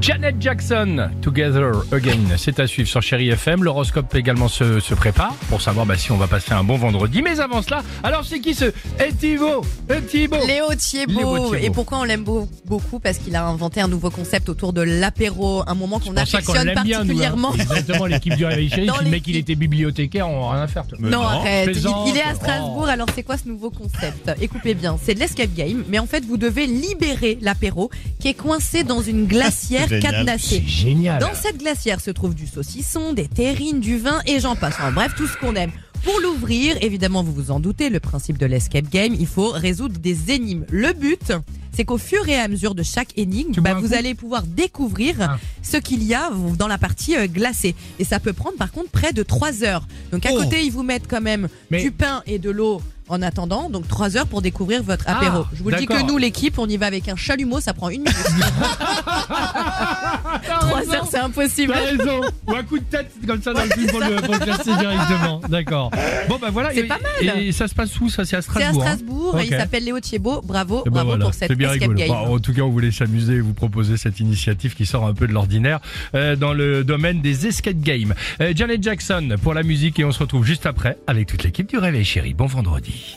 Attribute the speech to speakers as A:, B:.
A: Janet Jackson, Together Again, c'est à suivre sur Chéri FM. L'horoscope également se, se prépare pour savoir bah, si on va passer un bon vendredi. Mais avant cela, alors c'est qui ce Etivo Etivo
B: Léo
A: Léo
B: Thiebaud.
A: Thiebaud.
B: Et pourquoi on l'aime beau- beaucoup Parce qu'il a inventé un nouveau concept autour de l'apéro, un moment qu'on affectionne particulièrement.
A: hein. Exactement, l'équipe du Réveil Chéri.
B: Dans
A: Si le mec,
B: l'équipe.
A: il était bibliothécaire, on n'a rien à faire. toi.
B: Non, arrête. Il,
A: Euh, plaisante.
B: il est à Strasbourg, alors c'est quoi ce nouveau concept Écoutez bien, c'est de l'escape game, mais en fait, vous devez libérer l'apéro qui est coincé dans une glacière cadenassée.
A: C'est génial.
B: Dans cette glacière se trouvent du saucisson, des terrines, du vin et j'en passe. En bref, tout ce qu'on aime. Pour l'ouvrir, évidemment, vous vous en doutez, le principe de l'escape game, il faut résoudre des énigmes. Le but, c'est qu'au fur et à mesure de chaque énigme,
A: Tu bois
B: bah,
A: un
B: vous
A: coup
B: allez pouvoir découvrir
A: Ah.
B: ce qu'il y a dans la partie euh, glacée. Et ça peut prendre, par contre, près de 3 heures. Donc, à
A: Oh.
B: côté, ils vous mettent quand même
A: Mais-
B: du pain et de l'eau en attendant. Donc, 3 heures pour découvrir votre apéro.
A: Ah,
B: Je vous le dis que
A: d'accord.
B: nous, l'équipe, on y va avec un chalumeau, ça prend une minute. 3 heures, c'est impossible.
A: T'as raison. Ou un coup de tête comme ça dans le film pour le, pour le classer directement. D'accord. Bon, bah voilà.
B: C'est
A: Et-
B: pas mal.
A: Et ça se passe où ça C'est à
B: C'est à
A: Strasbourg. hein
B: Strasbourg, et
A: Ok.
B: il s'appelle Léo Thiebaud. Bravo,
A: Eh ben
B: bravo
A: voilà,
B: pour cette
A: c'est bien
B: escape
A: rigolo.
B: game.
A: Bon, en tout cas, on voulait s'amuser et vous proposer cette initiative qui sort un peu de l'ordinaire euh, dans le domaine des escape games. Euh, Janet Jackson pour la musique et on se retrouve juste après avec toute l'équipe du Réveil Chéri. Bon vendredi.